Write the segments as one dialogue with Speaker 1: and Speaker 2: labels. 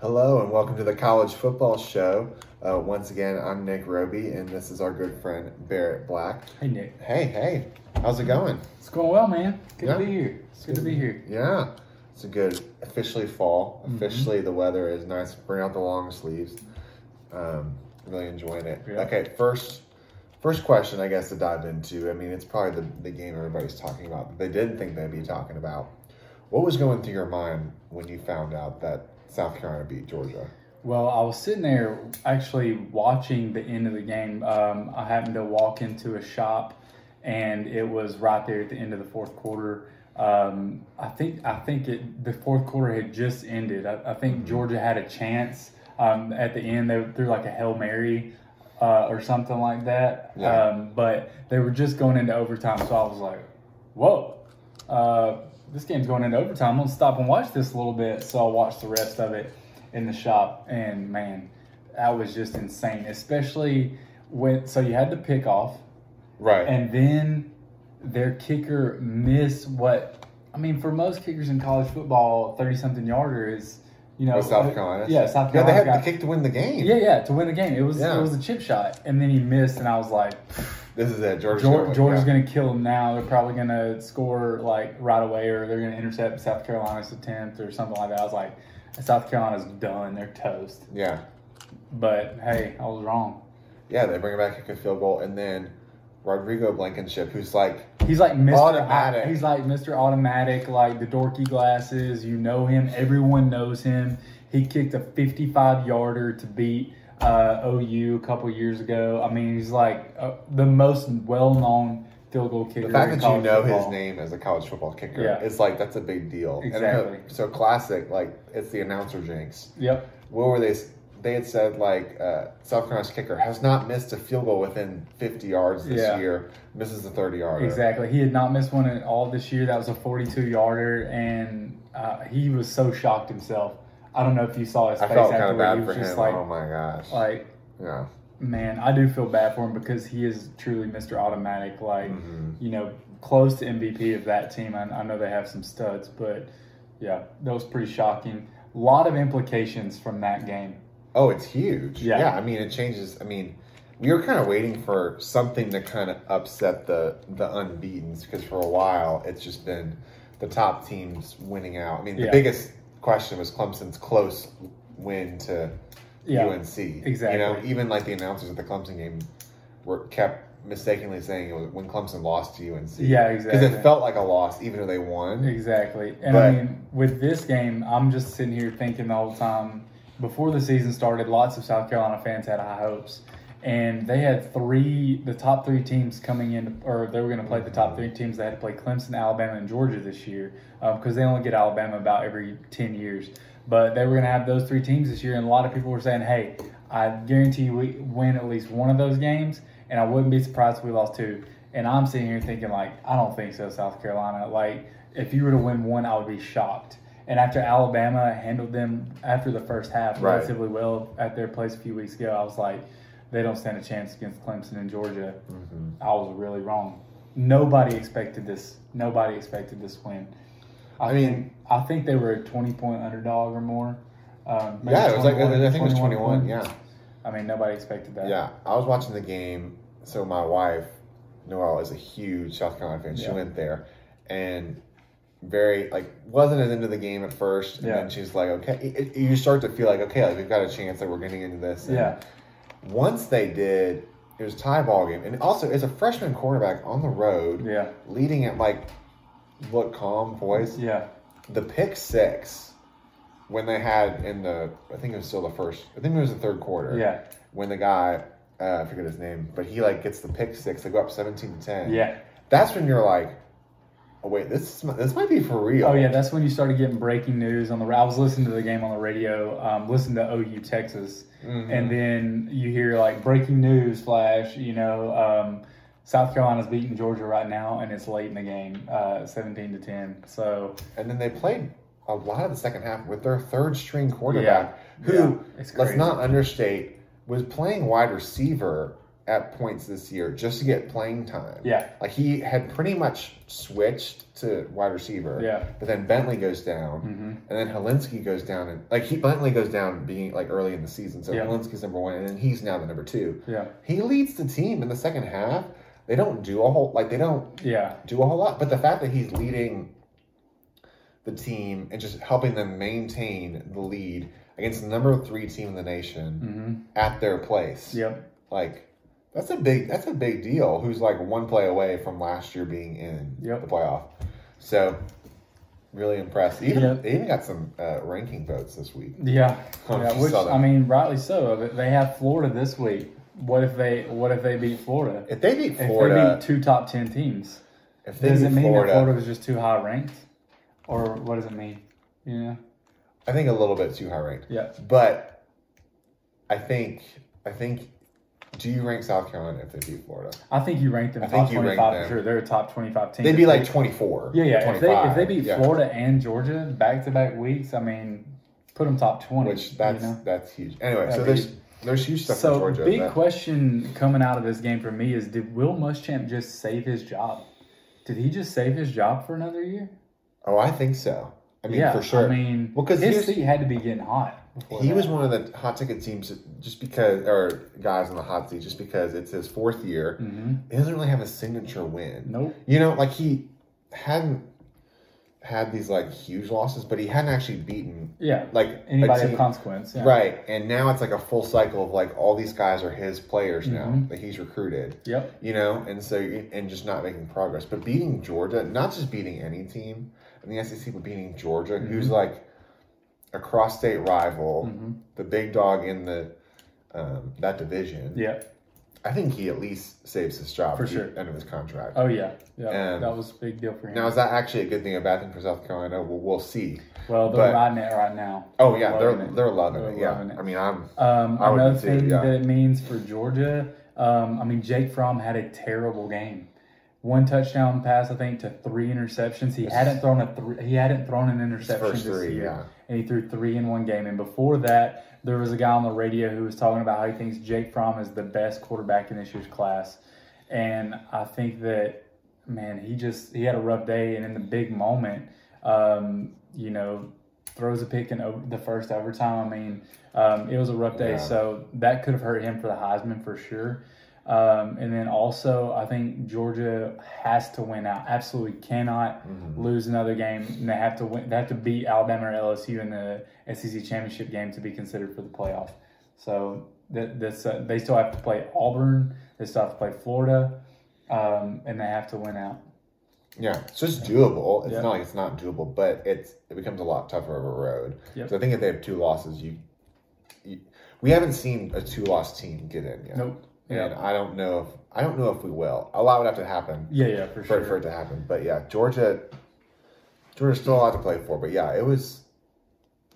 Speaker 1: Hello and welcome to the College Football Show. Uh, once again, I'm Nick Roby and this is our good friend Barrett Black.
Speaker 2: Hey Nick,
Speaker 1: Hey, hey, how's it going?
Speaker 2: it's going well, man. Good
Speaker 1: Yeah.
Speaker 2: to be here. It's good to be here.
Speaker 1: Yeah, it's a good, officially fall. Officially, the weather is nice. Bring out the long sleeves. Um, really enjoying it.
Speaker 2: Yeah.
Speaker 1: Okay, first, first question I guess to dive into. I mean, it's probably the, the game everybody's talking about. That they didn't think they'd be talking about. What was going through your mind when you found out that South Carolina beat Georgia?
Speaker 2: Well, I was sitting there actually watching the end of the game. Um, I happened to walk into a shop, and it was right there at the end of the fourth quarter. Um, I think I think it the fourth quarter had just ended. I, I think
Speaker 1: Mm-hmm.
Speaker 2: Georgia had a chance um, at the end. They threw like a hail mary uh, or something like that.
Speaker 1: Yeah.
Speaker 2: Um, but they were just going into overtime, so I was like, "Whoa, uh, this game's going into overtime. I'm gonna stop and watch this a little bit. So I watched the rest of it in the shop, and man, that was just insane. Especially when so you had the pick off,
Speaker 1: Right.
Speaker 2: and then their kicker missed what I mean for most kickers in college football, thirty something yarder is you know uh,
Speaker 1: With South Carolina.
Speaker 2: Yeah, South
Speaker 1: Yeah,
Speaker 2: Carolina.
Speaker 1: they had
Speaker 2: got-
Speaker 1: the kick to win the game.
Speaker 2: yeah, yeah, to win the game. It was
Speaker 1: Yeah.
Speaker 2: it was a chip shot, and then he missed, and I was like,
Speaker 1: This is it. Georgia's
Speaker 2: George,
Speaker 1: gonna win.
Speaker 2: Georgia's going to kill them now. They're probably going to score like right away, or they're going to intercept South Carolina's attempt or something like that. I was like, South Carolina's done. They're toast.
Speaker 1: Yeah.
Speaker 2: But hey, I was wrong.
Speaker 1: yeah, yeah. They bring it back, kick a field goal, and then Rodrigo Blankenship, who's like
Speaker 2: He's like Mr.
Speaker 1: Automatic.
Speaker 2: He's like Mr. Automatic, like the dorky glasses. You know him. Everyone knows him. He kicked a 55 yarder to beat uh, OU a couple years ago. I mean, he's like uh, the most well known field goal kicker.
Speaker 1: The fact
Speaker 2: in
Speaker 1: that you
Speaker 2: college
Speaker 1: know his
Speaker 2: football.
Speaker 1: name as a college football kicker
Speaker 2: Yeah.
Speaker 1: it's like that's a big deal. And, uh,
Speaker 2: Exactly.
Speaker 1: so classic, like it's the announcer jinx.
Speaker 2: Yep.
Speaker 1: What were they? s- They had said like uh, South Carolina's kicker has not missed a field goal within 50 yards this
Speaker 2: Yeah.
Speaker 1: year. Misses the 30 yarder.
Speaker 2: Exactly. He had not missed one at all this year. That was a 42 yarder, and uh, he was so shocked himself. I don't know if you saw his
Speaker 1: I
Speaker 2: face
Speaker 1: felt kind of
Speaker 2: afterward.
Speaker 1: bad
Speaker 2: he
Speaker 1: for
Speaker 2: was just
Speaker 1: him.
Speaker 2: like,
Speaker 1: oh my gosh.
Speaker 2: like,
Speaker 1: yeah.
Speaker 2: man, I do feel bad for him because he is truly Mr. Automatic. Like,
Speaker 1: Mhm.
Speaker 2: you know, close to MVP of that team. I, I know they have some studs, but yeah, that was pretty shocking. A lot of implications from that game.
Speaker 1: Oh, it's huge. Yeah.
Speaker 2: Yeah.
Speaker 1: I mean, it changes. I mean, we were kind of waiting for something to kind of upset the the unbeaten's because for a while it's just been the top teams winning out. I mean, the
Speaker 2: Yeah.
Speaker 1: biggest question was Clemson's close win to
Speaker 2: Yeah.
Speaker 1: UNC. You know,
Speaker 2: exactly.
Speaker 1: even like the announcers at the Clemson game were kept mistakenly saying it was when Clemson lost to UNC.
Speaker 2: Yeah,
Speaker 1: Because
Speaker 2: exactly.
Speaker 1: it felt like a loss, even though they won.
Speaker 2: Exactly. And I
Speaker 1: But-
Speaker 2: mean, with this game, I'm just sitting here thinking the whole time. Before the season started, lots of South Carolina fans had high hopes. And they had three, the top three teams coming in, or they were going to play the top three teams. They had to play Clemson, Alabama, and Georgia this year because they only get Alabama about every 10 years. But they were going to have those three teams this year. And a lot of people were saying, hey, I guarantee you we win at least one of those games. And I wouldn't be surprised if we lost two. And I'm sitting here thinking, like, I don't think so, South Carolina. Like, if you were to win one, I would be shocked. And after Alabama handled them after the first half
Speaker 1: Right.
Speaker 2: relatively well at their place a few weeks ago, I was like, they don't stand a chance against Clemson and Georgia.
Speaker 1: Mm. Mm-hmm.
Speaker 2: I was really wrong. Nobody expected this. Nobody expected this win. I,
Speaker 1: I mean-
Speaker 2: think, I think they were a twenty point underdog or more. Um, maybe
Speaker 1: Yeah, it was like, I
Speaker 2: 21,
Speaker 1: think it was 21.
Speaker 2: points.
Speaker 1: Yeah.
Speaker 2: I mean, nobody expected that.
Speaker 1: Yeah, I was watching the game. So my wife, Noelle, is a huge South Carolina fan. She
Speaker 2: Yeah.
Speaker 1: went there, and very like wasn't as into the game at first. And
Speaker 2: Yeah.
Speaker 1: then she's like, okay, it, it- you start to feel like okay, like we've got a chance that we're getting into this. And
Speaker 2: yeah,
Speaker 1: Once they did, it was a tie ball game, and also it's a freshman quarterback on the road,
Speaker 2: yeah,
Speaker 1: leading it like look calm voice.
Speaker 2: yeah.
Speaker 1: The pick six. When they had in the, I think it was still the first. I think it was the third quarter
Speaker 2: yeah.
Speaker 1: when the guy uh, I forget his name, but he like gets the pick six. They go up seventeen to ten.
Speaker 2: yeah.
Speaker 1: that's when you're like, oh wait, this is- this might be for real.
Speaker 2: Oh yeah, that's when you started getting breaking news on the. I was listening to the game on the radio, um, listening to OU Texas,
Speaker 1: Mhm.
Speaker 2: and then you hear like breaking news flash. You know, um, South Carolina's beating Georgia right now, and it's late in the game, uh, seventeen to ten. So
Speaker 1: and then they played a lot of the second half with their third string quarterback,
Speaker 2: Yeah.
Speaker 1: who
Speaker 2: it's
Speaker 1: let's
Speaker 2: crazy.
Speaker 1: not understate was playing wide receiver at points this year just to get playing time.
Speaker 2: Yeah.
Speaker 1: Like he had pretty much switched to wide receiver.
Speaker 2: Yeah.
Speaker 1: But then Bentley goes down, and
Speaker 2: Mm-hmm.
Speaker 1: then Helinski goes down, and like he Bentley goes down being like early in the season. So
Speaker 2: Yeah.
Speaker 1: Helinski's number one, and then he's now the number two.
Speaker 2: Yeah.
Speaker 1: He leads the team in the second half. They don't do a whole like they don't
Speaker 2: Yeah.
Speaker 1: do a whole lot. But the fact that he's leading the team and just helping them maintain the lead against the number three team in the nation
Speaker 2: Mm-hmm.
Speaker 1: at their place,
Speaker 2: Yep.
Speaker 1: like that's a big that's a big deal. Who's like one play away from last year being in
Speaker 2: Yep.
Speaker 1: the playoff? So really impressed. Even
Speaker 2: Yep.
Speaker 1: they even got some uh, ranking votes this week.
Speaker 2: Yeah.
Speaker 1: Oh,
Speaker 2: yeah
Speaker 1: you
Speaker 2: which
Speaker 1: saw that.
Speaker 2: I mean, rightly so. They- They have Florida this week. What if they What if they beat Florida?
Speaker 1: If they beat
Speaker 2: If
Speaker 1: Florida,
Speaker 2: they beat two top ten teams,
Speaker 1: if they beat,
Speaker 2: does it mean
Speaker 1: Florida,
Speaker 2: that Florida was just too high ranked, or what does it mean? You know?
Speaker 1: I think a little bit too high ranked.
Speaker 2: Yeah.
Speaker 1: But I think I think do you rank South Carolina if they beat Florida?
Speaker 2: I think you ranked them
Speaker 1: I
Speaker 2: top
Speaker 1: think you
Speaker 2: twenty
Speaker 1: ranked
Speaker 2: five for
Speaker 1: them.
Speaker 2: sure. They're a top twenty five team.
Speaker 1: They'd be
Speaker 2: If
Speaker 1: like
Speaker 2: they-
Speaker 1: twenty four.
Speaker 2: yeah, yeah. If they if they beat
Speaker 1: yeah.
Speaker 2: Florida and Georgia back to back weeks, I mean, put them top twenty.
Speaker 1: which that's
Speaker 2: you know?
Speaker 1: that's huge. Anyway, so
Speaker 2: That'd
Speaker 1: there's there's huge stuff in
Speaker 2: so
Speaker 1: Georgia.
Speaker 2: big
Speaker 1: that-
Speaker 2: question coming out of this game for me is: Did Will Muschamp just save his job? Did he just save his job for another year?
Speaker 1: oh, I think so. I mean,
Speaker 2: yeah,
Speaker 1: for sure.
Speaker 2: I mean,
Speaker 1: Well, 'cause
Speaker 2: his
Speaker 1: here's-
Speaker 2: seat had to be getting hot. before
Speaker 1: he
Speaker 2: that.
Speaker 1: was one of the hot ticket teams just because, or guys on the hot seat just because it's his fourth year.
Speaker 2: Mhm.
Speaker 1: He doesn't really have a signature win.
Speaker 2: Nope.
Speaker 1: You know, like he hadn't had these like huge losses, but he hadn't actually beaten
Speaker 2: Yeah.
Speaker 1: like a
Speaker 2: Anybody
Speaker 1: team-
Speaker 2: of consequence. Yeah.
Speaker 1: Right, and now it's like a full cycle of like all these guys are his players now
Speaker 2: Mhm.
Speaker 1: that he's recruited,
Speaker 2: Yep.
Speaker 1: you know, and so and just not making progress. But beating Georgia, not just beating any team in the SEC, but beating Georgia,
Speaker 2: Mm-hmm.
Speaker 1: who's like a cross-state rival,
Speaker 2: Mhm.
Speaker 1: the big dog in the um, that division.
Speaker 2: Yeah.
Speaker 1: I think he at least saves his job
Speaker 2: For
Speaker 1: at
Speaker 2: sure.
Speaker 1: the end of his contract.
Speaker 2: Oh yeah. Yeah.
Speaker 1: Um,
Speaker 2: that was a big deal for him.
Speaker 1: Now, is that actually a good thing or a bad thing for South Carolina? Well, we'll see.
Speaker 2: well, they're
Speaker 1: but-
Speaker 2: riding it right now.
Speaker 1: Oh yeah, they're
Speaker 2: Loving it.
Speaker 1: they're loving
Speaker 2: They're
Speaker 1: it. Yeah,
Speaker 2: loving it.
Speaker 1: I mean, I'm
Speaker 2: Um,
Speaker 1: I would
Speaker 2: another
Speaker 1: consider,
Speaker 2: thing
Speaker 1: yeah.
Speaker 2: that it means for Georgia, um, I mean, Jake Fromm had a terrible game. One touchdown pass, I think, to three interceptions. He hadn't thrown a three, he hadn't thrown an interception
Speaker 1: first
Speaker 2: this
Speaker 1: three,
Speaker 2: year,
Speaker 1: yeah.
Speaker 2: and he threw three in one game. And before that, there was a guy on the radio who was talking about how he thinks Jake Fromm is the best quarterback in this year's class, and I think that man, he just he had a rough day, and in the big moment, um, you know, throws a pick in o- the first overtime. I mean, um, it was a rough day,
Speaker 1: Yeah.
Speaker 2: so that could have hurt him for the Heisman for sure. Um, and then also, I think Georgia has to win out. Absolutely cannot lose another game, and they have to win. They have to beat Alabama or LSU in the SEC championship game to be considered for the playoff. So that, that's uh, they still have to play Auburn. They still have to play Florida, um, and they have to win out.
Speaker 1: Yeah, it's just doable. It's
Speaker 2: Yeah.
Speaker 1: not like it's not doable, but it's it becomes a lot tougher of a road.
Speaker 2: Yep.
Speaker 1: So I think if they have two losses, you, you we haven't seen a two loss team get in yet.
Speaker 2: Nope.
Speaker 1: And
Speaker 2: Yeah.
Speaker 1: I don't know if I don't know if we will. A lot would have to happen
Speaker 2: Yeah, yeah, for
Speaker 1: for,
Speaker 2: sure.
Speaker 1: it- for it to happen. But yeah, Georgia, Georgia's still a lot to play for. But yeah, it was.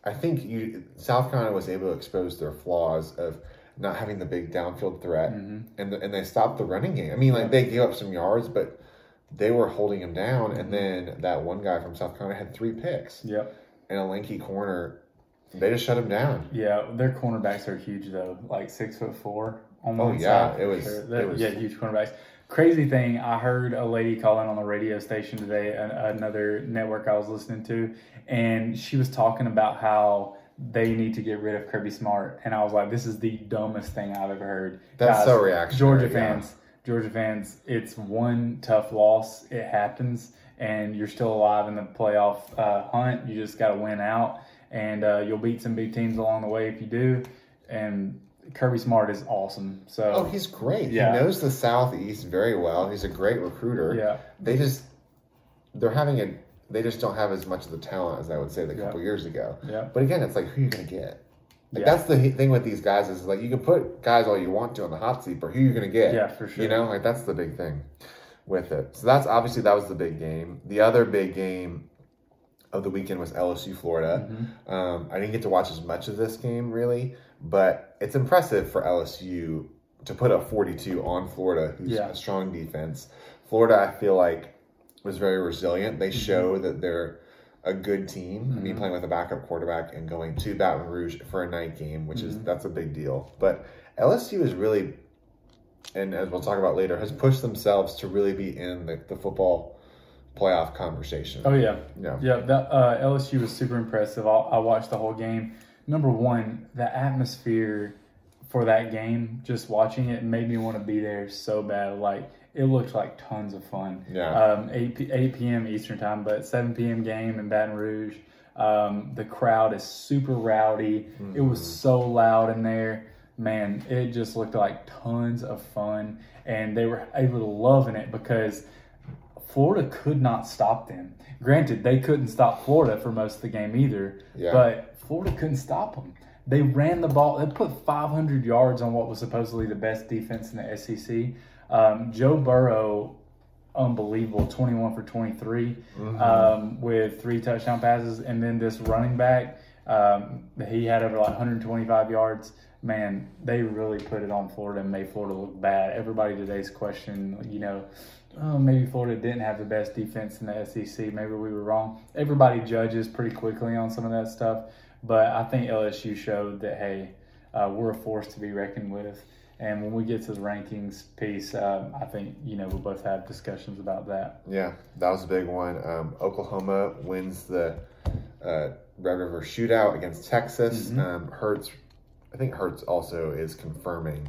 Speaker 1: I think you South Carolina was able to expose their flaws of not having the big downfield threat,
Speaker 2: Mm-hmm.
Speaker 1: and and they stopped the running game. I mean, like they gave up some yards, but they were holding him down. And
Speaker 2: Mm-hmm.
Speaker 1: then that one guy from South Carolina had three picks
Speaker 2: Yep.
Speaker 1: and a lanky corner. They just shut him down.
Speaker 2: Yeah, their cornerbacks are huge though, like six foot four on
Speaker 1: Oh,
Speaker 2: one
Speaker 1: yeah,
Speaker 2: side.
Speaker 1: it was-
Speaker 2: Sure. They're-
Speaker 1: it was-
Speaker 2: yeah, huge cornerbacks. Crazy thing, I heard a lady calling on the radio station today, an, another network I was listening to, and she was talking about how they need to get rid of Kirby Smart, and I was like, this is the dumbest thing I've ever heard.
Speaker 1: That's
Speaker 2: Guys,
Speaker 1: so reactionary.
Speaker 2: Georgia
Speaker 1: yeah.
Speaker 2: fans, Georgia fans, it's one tough loss. It happens, and you're still alive in the playoff uh, hunt. You just got to win out, and uh, you'll beat some big teams along the way if you do. And Kirby Smart is awesome.
Speaker 1: Oh,
Speaker 2: So
Speaker 1: he's great.
Speaker 2: Yeah.
Speaker 1: He knows the Southeast very well. He's a great recruiter.
Speaker 2: yeah,
Speaker 1: they just they're having a they just don't have as much of the talent as I would say a couple years ago.
Speaker 2: Yeah.
Speaker 1: But again, it's like who you gonna get. Like
Speaker 2: Yeah.
Speaker 1: that's the he- thing with these guys is like you can put guys all you want to on the hot seat, but who you gonna get?
Speaker 2: Yeah, for sure.
Speaker 1: You know, like that's the big thing with it. So that's obviously that was the big game. The other big game of the weekend was LSU Florida.
Speaker 2: Mm-hmm.
Speaker 1: Um, I didn't get to watch as much of this game really, but it's impressive for LSU to put up 42 on Florida, who's
Speaker 2: Yeah.
Speaker 1: a strong defense. Florida, I feel like, was very resilient. They show that they're a good team. I mean, playing with a backup quarterback and going to Baton Rouge for a night game, which is that's a big deal. But LSU is really and as we'll talk about later, has pushed themselves to really be in the, the football playoff conversation.
Speaker 2: Oh yeah,
Speaker 1: Yeah.
Speaker 2: yeah. That uh, LSU was super impressive. I, I watched the whole game. Number one, the atmosphere for that game, just watching it, made me want to be there so bad. Like it looked like tons of fun.
Speaker 1: Yeah.
Speaker 2: Um, 8, p- 8 p.m. Eastern time, but 7 p.m. game in Baton Rouge. Um, the crowd is super rowdy. It was so loud in there. Man, it just looked like tons of fun, and they were they were loving it because Florida could not stop them. Granted, they couldn't stop Florida for most of the game either,
Speaker 1: Yeah.
Speaker 2: but Florida couldn't stop them. They ran the ball. They put 500 yards on what was supposedly the best defense in the SEC. Um, Joe Burrow, unbelievable, 21 for 23 um, with three touchdown passes, and then this running back um, that he had over like 125 yards. Man, they really put it on Florida and made Florida look bad. Everybody today's question, you know, oh, maybe Florida didn't have the best defense in the SEC. Maybe we were wrong. Everybody judges pretty quickly on some of that stuff, but I think LSU showed that hey, uh, we're a force to be reckoned with. And when we get to the rankings piece, um, I think you know we'll both have discussions about that.
Speaker 1: Yeah, that was a big one. Um, Oklahoma wins the uh, Red River Shootout against Texas.
Speaker 2: Mm-hmm.
Speaker 1: Um, Hertz, I think Hertz also is confirming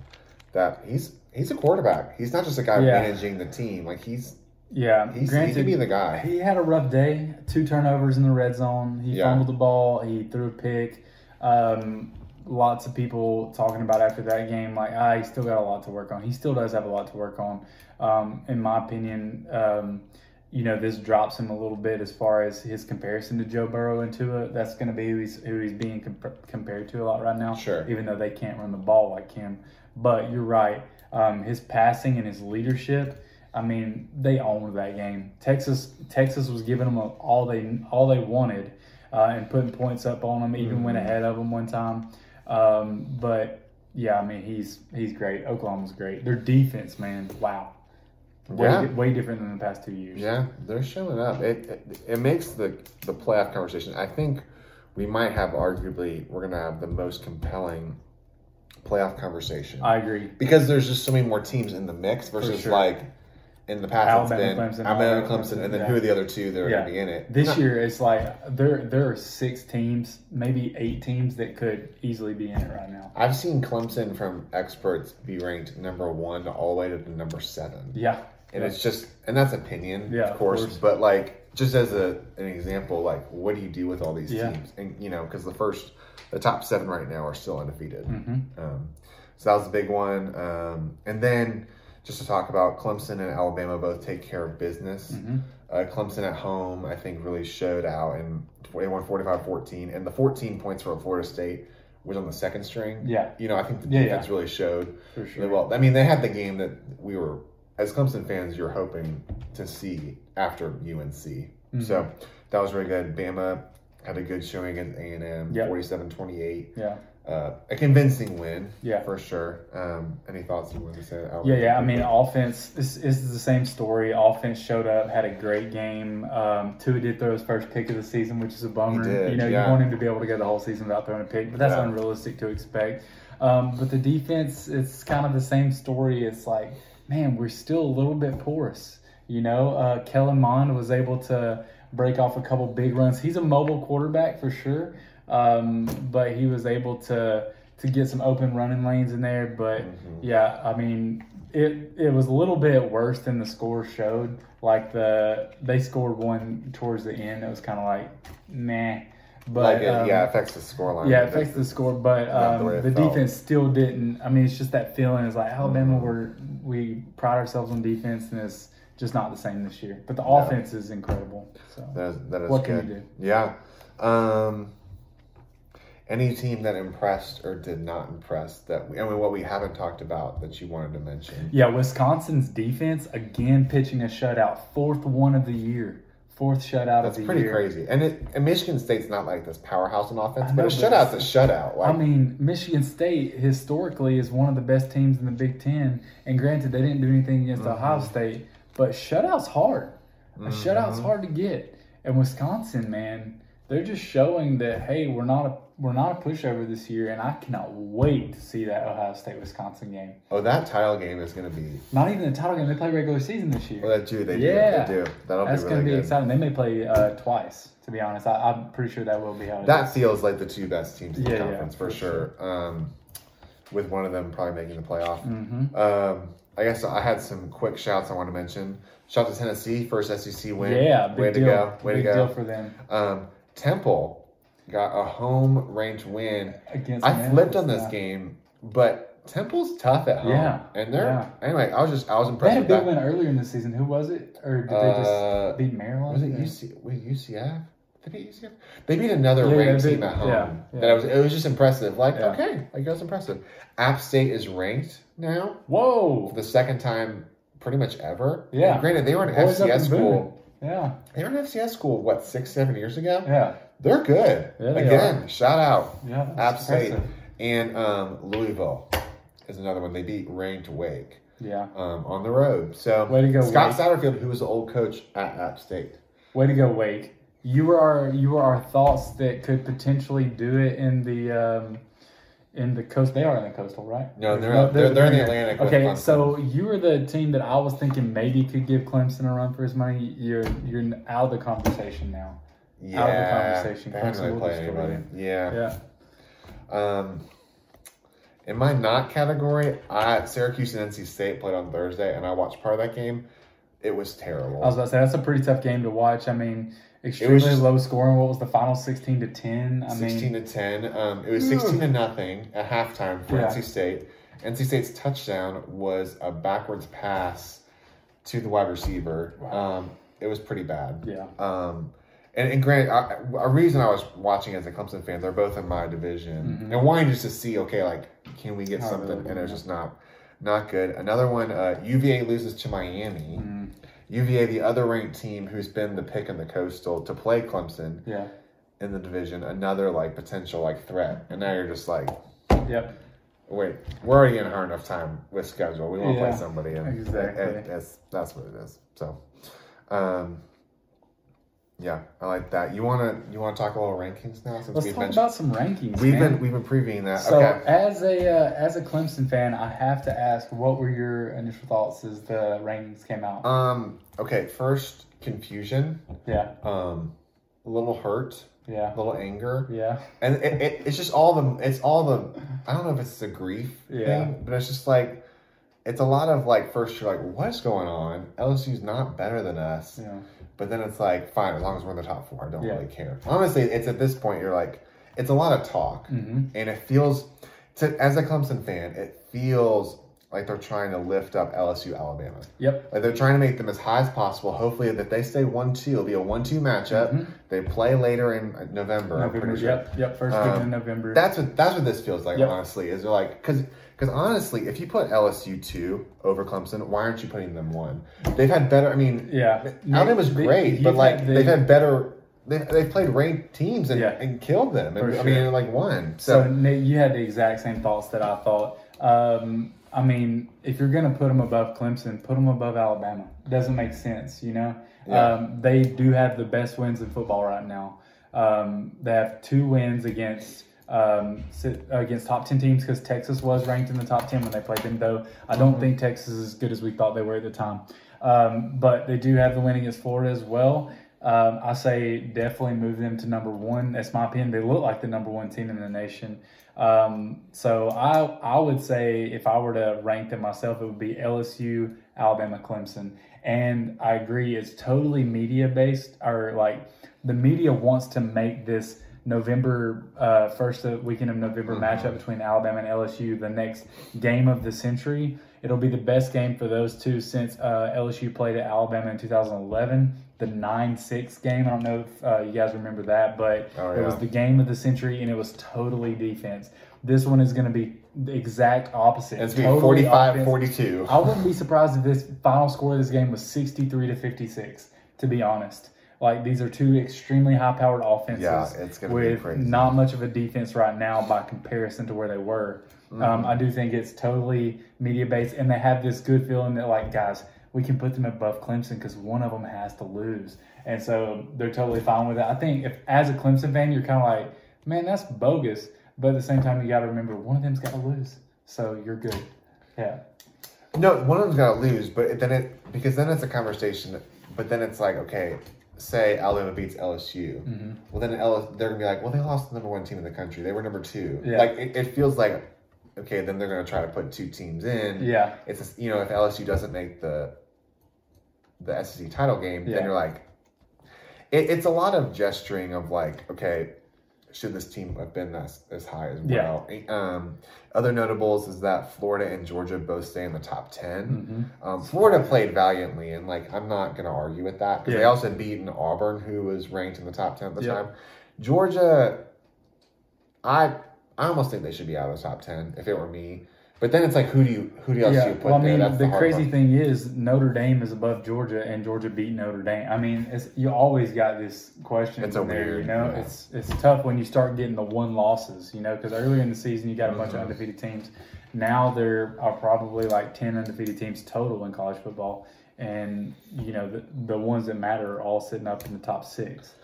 Speaker 1: that he's he's a quarterback. He's not just a guy
Speaker 2: Yeah.
Speaker 1: managing the team. Like he's
Speaker 2: Yeah,
Speaker 1: he's he could be the guy.
Speaker 2: He had a rough day. Two turnovers in the red zone. He
Speaker 1: Yeah.
Speaker 2: fumbled the ball. He threw a pick. Um, lots of people talking about after that game, like, ah, he still got a lot to work on. He still does have a lot to work on. Um, in my opinion, um, you know, this drops him a little bit as far as his comparison to Joe Burrow and Tua. That's going to be who he's, who he's being comp- compared to a lot right now.
Speaker 1: Sure.
Speaker 2: Even though they can't run the ball like him. But you're right. Um, his passing and his leadership. I mean, they owned that game. Texas Texas was giving them all they all they wanted uh, and putting points up on them. Even
Speaker 1: Mm-hmm.
Speaker 2: went ahead of them one time. Um, but yeah, I mean, he's he's great. Oklahoma's great. Their defense, man, wow, way,
Speaker 1: Yeah.
Speaker 2: way different than the past two years.
Speaker 1: Yeah, they're showing up. It, it it makes the the playoff conversation. I think we might have arguably we're gonna have the most compelling playoff conversation
Speaker 2: I agree.
Speaker 1: because there's just so many more teams in the mix versus
Speaker 2: sure.
Speaker 1: like in the past
Speaker 2: Alabama,
Speaker 1: it's
Speaker 2: Clemson,
Speaker 1: been Alabama,
Speaker 2: Alabama,
Speaker 1: Clemson, and then
Speaker 2: yeah.
Speaker 1: who are the other two that are
Speaker 2: Yeah.
Speaker 1: gonna be in it
Speaker 2: This year, it's like there there are six teams, maybe eight teams that could easily be in it right now.
Speaker 1: I've seen Clemson from experts be ranked number one all the way to the number seven,
Speaker 2: Yeah,
Speaker 1: and it's just and that's opinion,
Speaker 2: Yeah,
Speaker 1: of
Speaker 2: of
Speaker 1: course,
Speaker 2: course.
Speaker 1: but like just as a an example, like what do you do with all these
Speaker 2: Yeah.
Speaker 1: teams? And you know, because the first the top seven right now are still undefeated.
Speaker 2: hmm
Speaker 1: Um, so that was a big one. Um, and then just to talk about Clemson and Alabama both take care of business.
Speaker 2: hmm
Speaker 1: Uh, Clemson at home, I think, really showed out and they won 45 14. And the 14 points for Florida State was on the second string.
Speaker 2: Yeah.
Speaker 1: You know, I think the
Speaker 2: Yeah, yeah.
Speaker 1: defense really showed.
Speaker 2: for sure.
Speaker 1: really Well, I mean, they had the game that we were, as Clemson fans, you're hoping to see after UNC.
Speaker 2: Mhm.
Speaker 1: So that was really good. Bama had a good showing against A&M,
Speaker 2: Yep.
Speaker 1: 47 28
Speaker 2: yeah.
Speaker 1: uh, a convincing win,
Speaker 2: Yeah.
Speaker 1: for sure. Um, any thoughts you wanted to say? Alabama?
Speaker 2: Yeah, yeah. I mean, offense. This, this is the same story. Offense showed up, had a great game. Um, Tua did throw his first pick of the season, which is a bummer.
Speaker 1: He did,
Speaker 2: you know,
Speaker 1: yeah.
Speaker 2: you want him to be able to go the whole season without throwing a pick, but that's
Speaker 1: Yeah.
Speaker 2: unrealistic to expect. Um, but the defense, it's kind of the same story. It's like, man, we're still a little bit porous. You know, uh, Kellen Mond was able to break off a couple big runs. He's a mobile quarterback for sure, um, but he was able to to get some open running lanes in there. But yeah, I mean, it it was a little bit worse than the score showed. Like the they scored one towards the end. It was kind of like, nah. But
Speaker 1: like it,
Speaker 2: um,
Speaker 1: yeah, it affects the scoreline.
Speaker 2: yeah, it affects the score, but
Speaker 1: Not the
Speaker 2: um,
Speaker 1: way it
Speaker 2: the
Speaker 1: felt.
Speaker 2: defense still didn't. I mean, it's just that feeling. It's like Alabama, we're, we pride ourselves on defense, and it's just not the same this year. But the offense is incredible. So
Speaker 1: That is, that is
Speaker 2: What
Speaker 1: good.
Speaker 2: can you do?
Speaker 1: Yeah. Um, any team that impressed or did not impress that we, I mean, what we haven't talked about that you wanted to mention.
Speaker 2: yeah, Wisconsin's defense again pitching a shutout, fourth one of the year, fourth shutout
Speaker 1: That's
Speaker 2: of the
Speaker 1: pretty
Speaker 2: year.
Speaker 1: crazy. And, it, and Michigan State's not like this powerhouse in offense,
Speaker 2: I
Speaker 1: but a
Speaker 2: know, but
Speaker 1: shutout's a shutout. Like,
Speaker 2: I mean, Michigan State historically is one of the best teams in the Big Ten, and granted, they didn't do anything against
Speaker 1: Mm-hmm.
Speaker 2: Ohio State, but shutouts hard. A shutout's hard to get, and Wisconsin, man, they're just showing that hey, we're not a we're not a pushover this year, and I cannot wait to see that Ohio State Wisconsin game.
Speaker 1: Oh, that title game is going to be.
Speaker 2: Not even the title game; they play regular season this year.
Speaker 1: Well, that do they
Speaker 2: Yeah.
Speaker 1: do they do. That'll
Speaker 2: That's
Speaker 1: be
Speaker 2: gonna
Speaker 1: really
Speaker 2: be
Speaker 1: good.
Speaker 2: exciting. They may play uh, twice. To be honest, I, I'm pretty sure that will be how it
Speaker 1: That feels like the two best teams in the
Speaker 2: Yeah, yeah,
Speaker 1: conference for,
Speaker 2: for
Speaker 1: sure. Um, with one of them probably making the playoff.
Speaker 2: Mm-hmm.
Speaker 1: Um, I guess I had some quick shouts I want to mention. Shout to Tennessee, first SEC win.
Speaker 2: Yeah, big
Speaker 1: way
Speaker 2: deal.
Speaker 1: to go, way
Speaker 2: big
Speaker 1: to
Speaker 2: deal
Speaker 1: go.
Speaker 2: for them
Speaker 1: Um, Temple got a home ranked win.
Speaker 2: against.
Speaker 1: I flipped
Speaker 2: Memphis
Speaker 1: on this
Speaker 2: now.
Speaker 1: game, but Temple's tough at home.
Speaker 2: Yeah,
Speaker 1: and they're anyway. I was just I was
Speaker 2: They
Speaker 1: impressed
Speaker 2: had a
Speaker 1: with that.
Speaker 2: big win earlier in the season. Who was it, or did they just
Speaker 1: Uh,
Speaker 2: beat Maryland?
Speaker 1: was it UC, was it UCF? They beat UCF. They beat another
Speaker 2: Yeah,
Speaker 1: ranked
Speaker 2: they beat-
Speaker 1: team at home.
Speaker 2: yeah, yeah.
Speaker 1: That I was it was just impressive. Like
Speaker 2: Yeah.
Speaker 1: okay, like that was impressive. App State is ranked now
Speaker 2: Whoa!
Speaker 1: for the second time pretty much ever.
Speaker 2: Yeah.
Speaker 1: And granted, they were an
Speaker 2: Boys up
Speaker 1: FCS
Speaker 2: and
Speaker 1: school.
Speaker 2: Yeah,
Speaker 1: They were an FCS school. What six, seven years ago?
Speaker 2: yeah,
Speaker 1: They're good.
Speaker 2: Yeah, they
Speaker 1: Again, shout out
Speaker 2: yeah. that's
Speaker 1: App State
Speaker 2: impressive.
Speaker 1: and um, Louisville is another one. They beat ranked Wake
Speaker 2: Yeah,
Speaker 1: um, on the road. So
Speaker 2: Way to go,
Speaker 1: Scott
Speaker 2: Wake.
Speaker 1: Satterfield, who was the old coach at App State.
Speaker 2: way to go, Wake. You were our you were our thoughts that could potentially do it in the um, in the coast. They are in the coastal, right?
Speaker 1: No, they're out- they're- they're in the Atlantic with
Speaker 2: Okay,
Speaker 1: Clemson.
Speaker 2: so you were the team that I was thinking maybe could give Clemson a run for his money. You're you're out of the conversation now.
Speaker 1: Yeah,
Speaker 2: Out of the conversation.
Speaker 1: They haven't really
Speaker 2: Clemson will
Speaker 1: played
Speaker 2: destroy
Speaker 1: anybody. Yeah.
Speaker 2: Yeah,
Speaker 1: Um, in my not category, I Syracuse and NC State played on Thursday, and I watched part of that game. It was terrible.
Speaker 2: I was about to say that's a pretty tough game to watch. I mean, extremely
Speaker 1: just-
Speaker 2: low scoring. What was the final, sixteen to ten? I mean,
Speaker 1: 16 to 10. Um, it was 16 to nothing at halftime for
Speaker 2: Yeah.
Speaker 1: NC State. NC State's touchdown was a backwards pass to the wide receiver. Um, it was pretty bad.
Speaker 2: yeah.
Speaker 1: Um, and, and granted, I, a reason I was watching as a Clemson fan, they're both in my division, and wanting just to see, okay, like, can we get
Speaker 2: Mm-hmm. Not
Speaker 1: something?
Speaker 2: really,
Speaker 1: and it was just not, not good. Another one, uh, UVA loses to Miami.
Speaker 2: Mm-hmm. Mm,
Speaker 1: UVA, the other ranked team, who's been the pick in the coastal to play Clemson
Speaker 2: Yeah.
Speaker 1: in the division, another like potential like threat. And now you're just like,
Speaker 2: Yep.
Speaker 1: wait, we're already in a hard enough time with schedule. We want to
Speaker 2: Yeah,
Speaker 1: play somebody, and
Speaker 2: exactly.
Speaker 1: it- it- it's- that's what it is. So, um, yeah, I like that. You wanna you wanna talk a little rankings now since
Speaker 2: Let's
Speaker 1: we've
Speaker 2: talk
Speaker 1: mentioned
Speaker 2: about some rankings.
Speaker 1: we've
Speaker 2: man.
Speaker 1: been we've been previewing that.
Speaker 2: So
Speaker 1: okay,
Speaker 2: as a uh, as a Clemson fan, I have to ask, what were your initial thoughts as the rankings came out?
Speaker 1: um, okay, first confusion,
Speaker 2: yeah,
Speaker 1: um, a little hurt, a
Speaker 2: yeah,
Speaker 1: little anger.
Speaker 2: yeah,
Speaker 1: and it, it, it's just all the it's all the I don't know if it's the grief
Speaker 2: Yeah.
Speaker 1: thing, but it's just like it's a lot of like first you're like what's going on LSU's not better than us,
Speaker 2: yeah,
Speaker 1: but then it's like fine as long as we're in the top four I don't
Speaker 2: Yeah.
Speaker 1: really care. Honestly, it's at this point you're like it's a lot of talk,
Speaker 2: hmm
Speaker 1: and it feels to as a Clemson fan it feels like they're trying to lift up LSU Alabama.
Speaker 2: yep,
Speaker 1: Like they're trying to make them as high as possible. Hopefully, if they stay one two, it'll be a one two matchup.
Speaker 2: Mhm.
Speaker 1: They play later in uh, November. I'm
Speaker 2: November,
Speaker 1: pretty sure.
Speaker 2: yep, yep, first weekend
Speaker 1: Um,
Speaker 2: in November.
Speaker 1: That's what that's what this feels like.
Speaker 2: Yep.
Speaker 1: Honestly, is they're like because because honestly, if you put LSU two over Clemson, why aren't you putting them one? They've had better. I mean,
Speaker 2: yeah,
Speaker 1: Alabama was
Speaker 2: They-
Speaker 1: great,
Speaker 2: you've
Speaker 1: but like
Speaker 2: the-
Speaker 1: they've had better. They've, they've played ranked teams and,
Speaker 2: Yeah.
Speaker 1: and killed them. And,
Speaker 2: For
Speaker 1: I mean,
Speaker 2: sure.
Speaker 1: and, like won.
Speaker 2: So,
Speaker 1: So,
Speaker 2: Nate, you had the exact same thoughts that I thought. Um, I mean, if you're going to put them above Clemson, put them above Alabama. Doesn't make sense, you know.
Speaker 1: Yeah.
Speaker 2: Um, they do have the best wins in football right now. Um, they have two wins against um, si- against top ten teams because Texas was ranked in the top ten when they played them. Though I don't think Texas is as good as we thought they were at the time. Um, but they do have the win against Florida as well. Um, I say definitely move them to number one. That's my opinion. They look like the number one team in the nation. Um, so I I would say if I were to rank them myself, it would be LSU, Alabama, Clemson. And I agree, it's totally media based, or like the media wants to make this November uh, first uh, weekend of November matchup between Alabama and LSU the next game of the century. It'll be the best game for those two since uh, LSU played at Alabama in 2011, the 9 6 game. I don't know if uh, you guys remember that, but
Speaker 1: Oh,
Speaker 2: it was
Speaker 1: yeah.
Speaker 2: the game of the century and it was totally defense. This one is going to be the exact opposite.
Speaker 1: it's going to be
Speaker 2: Totally
Speaker 1: 45
Speaker 2: offense.
Speaker 1: 42.
Speaker 2: I wouldn't be surprised if this final score of this game was 63 to 56, to be honest. Like, these are two extremely high powered offenses
Speaker 1: Yeah, it's gonna be
Speaker 2: with
Speaker 1: crazy.
Speaker 2: not much of a defense right now by comparison to where they were.
Speaker 1: Mm-hmm.
Speaker 2: Um, I do think it's totally media based, and they have this good feeling that, like, guys, we can put them above Clemson because one of them has to lose. and so they're totally fine with it. I think if as a Clemson fan, you're kind of like, man, that's bogus. But at the same time, you got to remember one of them's got to lose, so you're good. Yeah,
Speaker 1: No, one of them's got to lose, but then it because then it's a conversation. But then it's like, okay, say Alabama beats LSU.
Speaker 2: Mhm.
Speaker 1: Well, then L- they're gonna be like, well, they lost the number one team in the country. They were number two.
Speaker 2: Yeah.
Speaker 1: Like it, it feels like, okay, then they're gonna try to put two teams in.
Speaker 2: yeah,
Speaker 1: It's just, you know if LSU doesn't make the the SEC title game,
Speaker 2: Yeah.
Speaker 1: then you're like, it, it's a lot of gesturing of like, okay, should this team have been as, as high as
Speaker 2: Yeah.
Speaker 1: well? Um, other notables is that Florida and Georgia both stay in the top 10
Speaker 2: hmm
Speaker 1: um, Florida played valiantly, and like I'm not gonna argue with that because they
Speaker 2: Yeah.
Speaker 1: also beaten Auburn, who was ranked in the top ten at the
Speaker 2: Yeah.
Speaker 1: time. Georgia, I I almost think they should be out of the top ten if it were me. But then it's like, who do you who do else do
Speaker 2: yeah.
Speaker 1: you put
Speaker 2: Well, I mean,
Speaker 1: there? That's
Speaker 2: the,
Speaker 1: hard
Speaker 2: crazy
Speaker 1: part.
Speaker 2: thing is Notre Dame is above Georgia, and Georgia beat Notre Dame. I mean, it's you always got this question
Speaker 1: It's a
Speaker 2: in there.
Speaker 1: weird-
Speaker 2: you know,
Speaker 1: yeah.
Speaker 2: it's it's tough when you start getting the one losses. You know, because earlier in the season you got a bunch
Speaker 1: Mhm.
Speaker 2: of undefeated teams. Now there are probably like ten undefeated teams total in college football, and you know the, the ones that matter are all sitting up in the top six.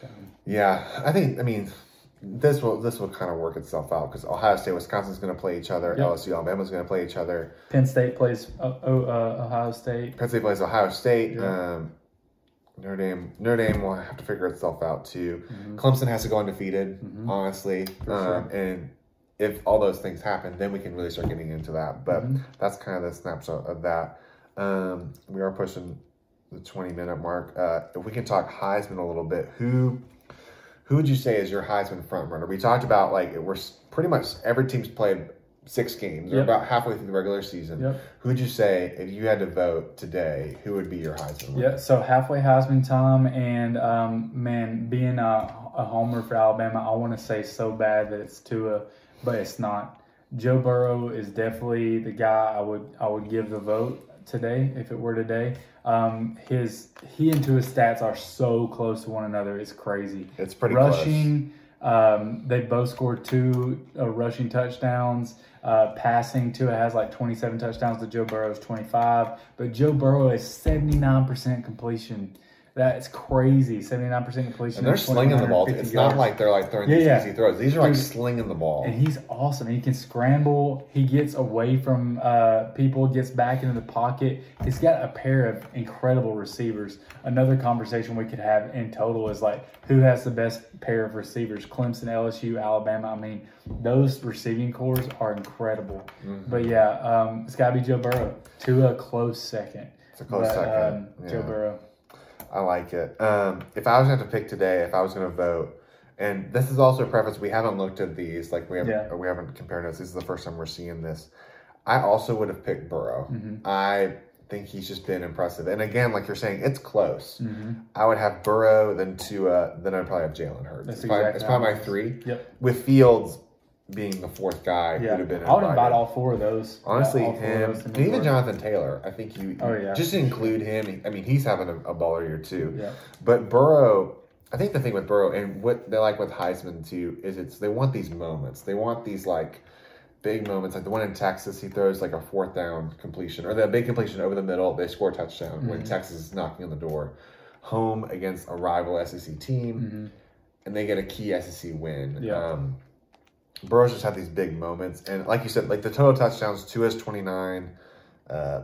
Speaker 2: So,
Speaker 1: Yeah, I think I mean this will this will kind of work itself out because Ohio State, Wisconsin's gonna play each other,
Speaker 2: Yeah.
Speaker 1: LSU, Alabama's gonna play each other.
Speaker 2: Penn State plays uh, O- uh, Ohio State.
Speaker 1: Penn State plays Ohio State.
Speaker 2: Yeah.
Speaker 1: Um, Notre Dame, Notre Dame will have to figure itself out too.
Speaker 2: Mhm.
Speaker 1: Clemson has to go undefeated,
Speaker 2: Mhm.
Speaker 1: honestly.
Speaker 2: For
Speaker 1: Um, and if all those things happen, then we can really start getting into that. But
Speaker 2: Mhm.
Speaker 1: that's kind of the snapshot of that. Um, we are pushing the 20 minute mark. Uh, if we can talk Heisman a little bit, who who would you say is your Heisman front runner? We talked about like we're s- pretty much every team's played six games or
Speaker 2: Yep.
Speaker 1: about halfway through the regular season.
Speaker 2: Yep.
Speaker 1: Who would you say if you had to vote today? Who would be your Heisman? winner?
Speaker 2: Yeah, so halfway Heisman time, and um, man, being a, a homer for Alabama, I want to say so bad that it's Tua, but it's not. Joe Burrow is definitely the guy I would I would give the vote today if it were today. Um, his he and Tua's stats are so close to one another, it's crazy.
Speaker 1: It's pretty close.
Speaker 2: rushing. Um, they both scored two uh, rushing touchdowns. Uh, passing, Tua has like 27 touchdowns to Joe Burrow's 25. But Joe Burrow is 79% completion. That's crazy. 79% completion.
Speaker 1: And they're
Speaker 2: at
Speaker 1: slinging the ball.
Speaker 2: 2,150
Speaker 1: It's not
Speaker 2: yards.
Speaker 1: like they're like throwing
Speaker 2: Yeah,
Speaker 1: these
Speaker 2: yeah.
Speaker 1: easy throws. These are like
Speaker 2: Dude.
Speaker 1: slinging the ball.
Speaker 2: And he's awesome. He can scramble. He gets away from uh, people, gets back into the pocket. He's got a pair of incredible receivers. Another conversation we could have in total is like who has the best pair of receivers? Clemson, LSU, Alabama. I mean, those receiving cores are incredible.
Speaker 1: Mm-hmm.
Speaker 2: But yeah, um, it's got to be Joe Burrow to a close second.
Speaker 1: It's a close
Speaker 2: But,
Speaker 1: second.
Speaker 2: um,
Speaker 1: Yeah.
Speaker 2: Joe Burrow.
Speaker 1: I like it. Um, if I was going to pick today, if I was going to vote, and this is also a preface, we haven't looked at these. Like we haven't,
Speaker 2: Yeah.
Speaker 1: we haven't compared notes. This is the first time we're seeing this. I also would have picked Burrow.
Speaker 2: Mhm.
Speaker 1: I think he's just been impressive. And again, like you're saying, it's close.
Speaker 2: hmm
Speaker 1: I would have Burrow, then Tua, then I'd probably have Jalen Hurts.
Speaker 2: That's
Speaker 1: it's probably,
Speaker 2: exactly
Speaker 1: it's
Speaker 2: how
Speaker 1: probably
Speaker 2: I
Speaker 1: my
Speaker 2: was.
Speaker 1: three.
Speaker 2: Yep.
Speaker 1: With Fields being the fourth guy,
Speaker 2: Yeah.
Speaker 1: who'd have been
Speaker 2: I would invite
Speaker 1: invited.
Speaker 2: all four of those. Yeah,
Speaker 1: Honestly,
Speaker 2: all four of
Speaker 1: him
Speaker 2: those to
Speaker 1: and
Speaker 2: New
Speaker 1: even
Speaker 2: York.
Speaker 1: Jonathan Taylor. I think you.
Speaker 2: Oh, yeah.
Speaker 1: Just include him. I mean, he's having a, a baller year too.
Speaker 2: Yeah.
Speaker 1: But Burrow, I think the thing with Burrow and what they like with Heisman too is it's they want these moments. They want these like big moments, like the one in Texas. He throws like a fourth down completion or the big completion over the middle. They score a touchdown when
Speaker 2: Mhm.
Speaker 1: Texas is knocking on the door. Home against a rival SEC team,
Speaker 2: hmm
Speaker 1: and they get a key SEC win.
Speaker 2: Yeah.
Speaker 1: Um, Burrow's just had these big moments, and like you said, like the total touchdowns, two has twenty nine, uh,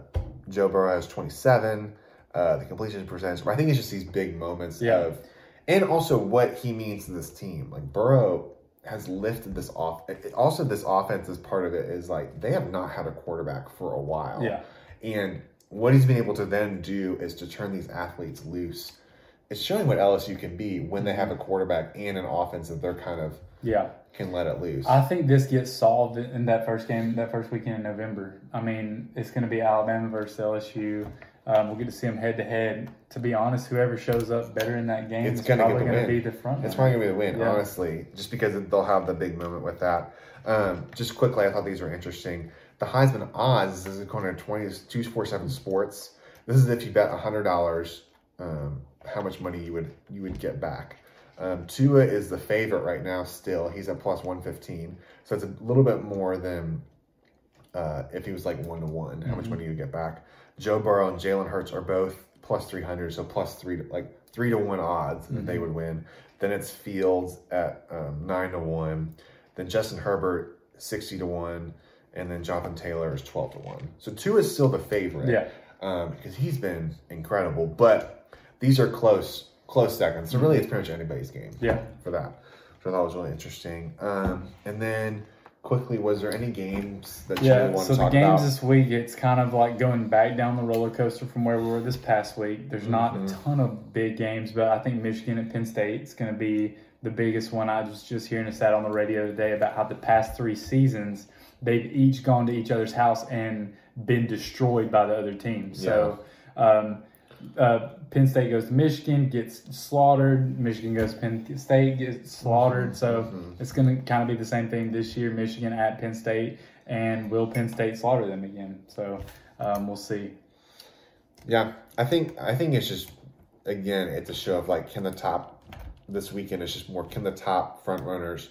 Speaker 1: Joe Burrow has twenty seven, uh, the completion percentage. I think it's just these big moments
Speaker 2: Yeah.
Speaker 1: of, and also what he means to this team. Like Burrow has lifted this off. it- it- Also, this offense is part of it is like they have not had a quarterback for a while,
Speaker 2: Yeah.
Speaker 1: and what he's been able to then do is to turn these athletes loose. It's showing what LSU can be when they have a quarterback and an offense that they're kind of
Speaker 2: Yeah.
Speaker 1: can let it loose.
Speaker 2: I think this gets solved in that first game, that first weekend in November. I mean, it's going to be Alabama versus LSU. Um, we'll get to see them head to head. To be honest, whoever shows up better in that game
Speaker 1: It's
Speaker 2: is
Speaker 1: gonna get
Speaker 2: probably
Speaker 1: the
Speaker 2: going to
Speaker 1: win.
Speaker 2: be the front.
Speaker 1: It's
Speaker 2: runner.
Speaker 1: probably gonna be the win,
Speaker 2: Yeah.
Speaker 1: honestly, just because they'll have the big moment with that. Um, just quickly, I thought these were interesting. The Heisman odds this is according to twenty two four seven sports. This is if you bet hundred dollars, um, how much money you would you would get back. Um, Tua is the favorite right now. Still, he's at plus one fifteen, so it's a little bit more than uh, if he was like one to one. How much
Speaker 2: Mhm.
Speaker 1: money you would get back? Joe Burrow and Jalen Hurts are both plus three hundred, so plus three like three to one odds that they
Speaker 2: Mhm.
Speaker 1: would win. Then it's Fields at um, nine to one. Then Justin Herbert sixty to one, and then Jonathan Taylor is twelve to one. So two is still the favorite.
Speaker 2: Yeah.
Speaker 1: um, because he's been incredible. But these are close close seconds. So really, it's pretty much anybody's game.
Speaker 2: Yeah.
Speaker 1: for that. So that was really interesting. Um, and then quickly, was there any games that you
Speaker 2: Yeah,
Speaker 1: want
Speaker 2: so
Speaker 1: to
Speaker 2: the
Speaker 1: talk
Speaker 2: games
Speaker 1: about?
Speaker 2: this week, it's kind of like going back down the roller coaster from where we were this past week. There's not a
Speaker 1: Mm-hmm.
Speaker 2: ton of big games, but I think Michigan at Penn State is going to be the biggest one. I was just hearing a stat on the radio today about how the past three seasons, they've each gone to each other's house and been destroyed by the other team. So um, uh, Penn State goes to Michigan, gets slaughtered. Michigan goes to Penn State, gets slaughtered. So it's going to kind of be the same thing this year. Michigan at Penn State, and will Penn State slaughter them again? So um, we'll see.
Speaker 1: Yeah, I think I think it's just again, it's a show of like can the top this weekend is just more can the top front runners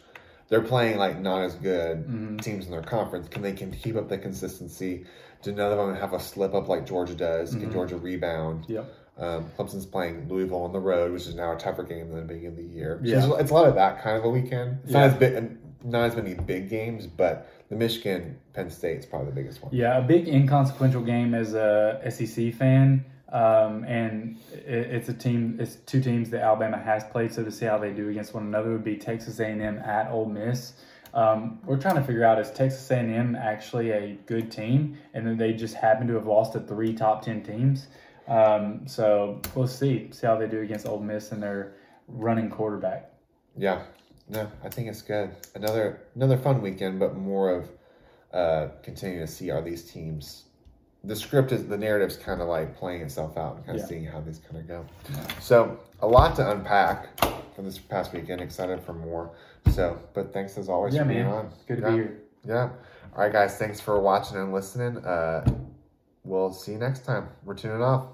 Speaker 1: they're playing like not as good
Speaker 2: Mm-hmm.
Speaker 1: teams in their conference. Can they can keep up the consistency? Do none of them have a slip up like Georgia does? Can
Speaker 2: Mm-hmm.
Speaker 1: Georgia rebound?
Speaker 2: Yep.
Speaker 1: Um, Clemson's playing Louisville on the road, which is now a tougher game than the beginning of the year. So
Speaker 2: Yeah.
Speaker 1: it's, it's a lot of that kind of a weekend. It's
Speaker 2: Yeah.
Speaker 1: not as big, not as many big games, but the Michigan Penn State is probably the biggest one.
Speaker 2: Yeah, a big inconsequential game as a SEC fan, um, and it, it's a team. It's two teams that Alabama has played, so to see how they do against one another would be Texas A and M at Ole Miss. Um, we're trying to figure out is Texas A and M actually a good team, and then they just happen to have lost to three top ten teams. Um, so we'll see see how they do against Ole Miss and their running quarterback.
Speaker 1: Yeah, no, I think it's good. Another another fun weekend, but more of uh, continuing to see are these teams. The script is the narrative's kind of like playing itself out and kind
Speaker 2: Yeah.
Speaker 1: of seeing how these kind of go. So a lot to unpack from this past weekend. Excited for more. So, but thanks as always
Speaker 2: Yeah,
Speaker 1: for being
Speaker 2: man,
Speaker 1: on.
Speaker 2: good to
Speaker 1: Yeah.
Speaker 2: be here.
Speaker 1: Yeah. All right, guys. Thanks for watching and listening. Uh, we'll see you next time. We're tuning off.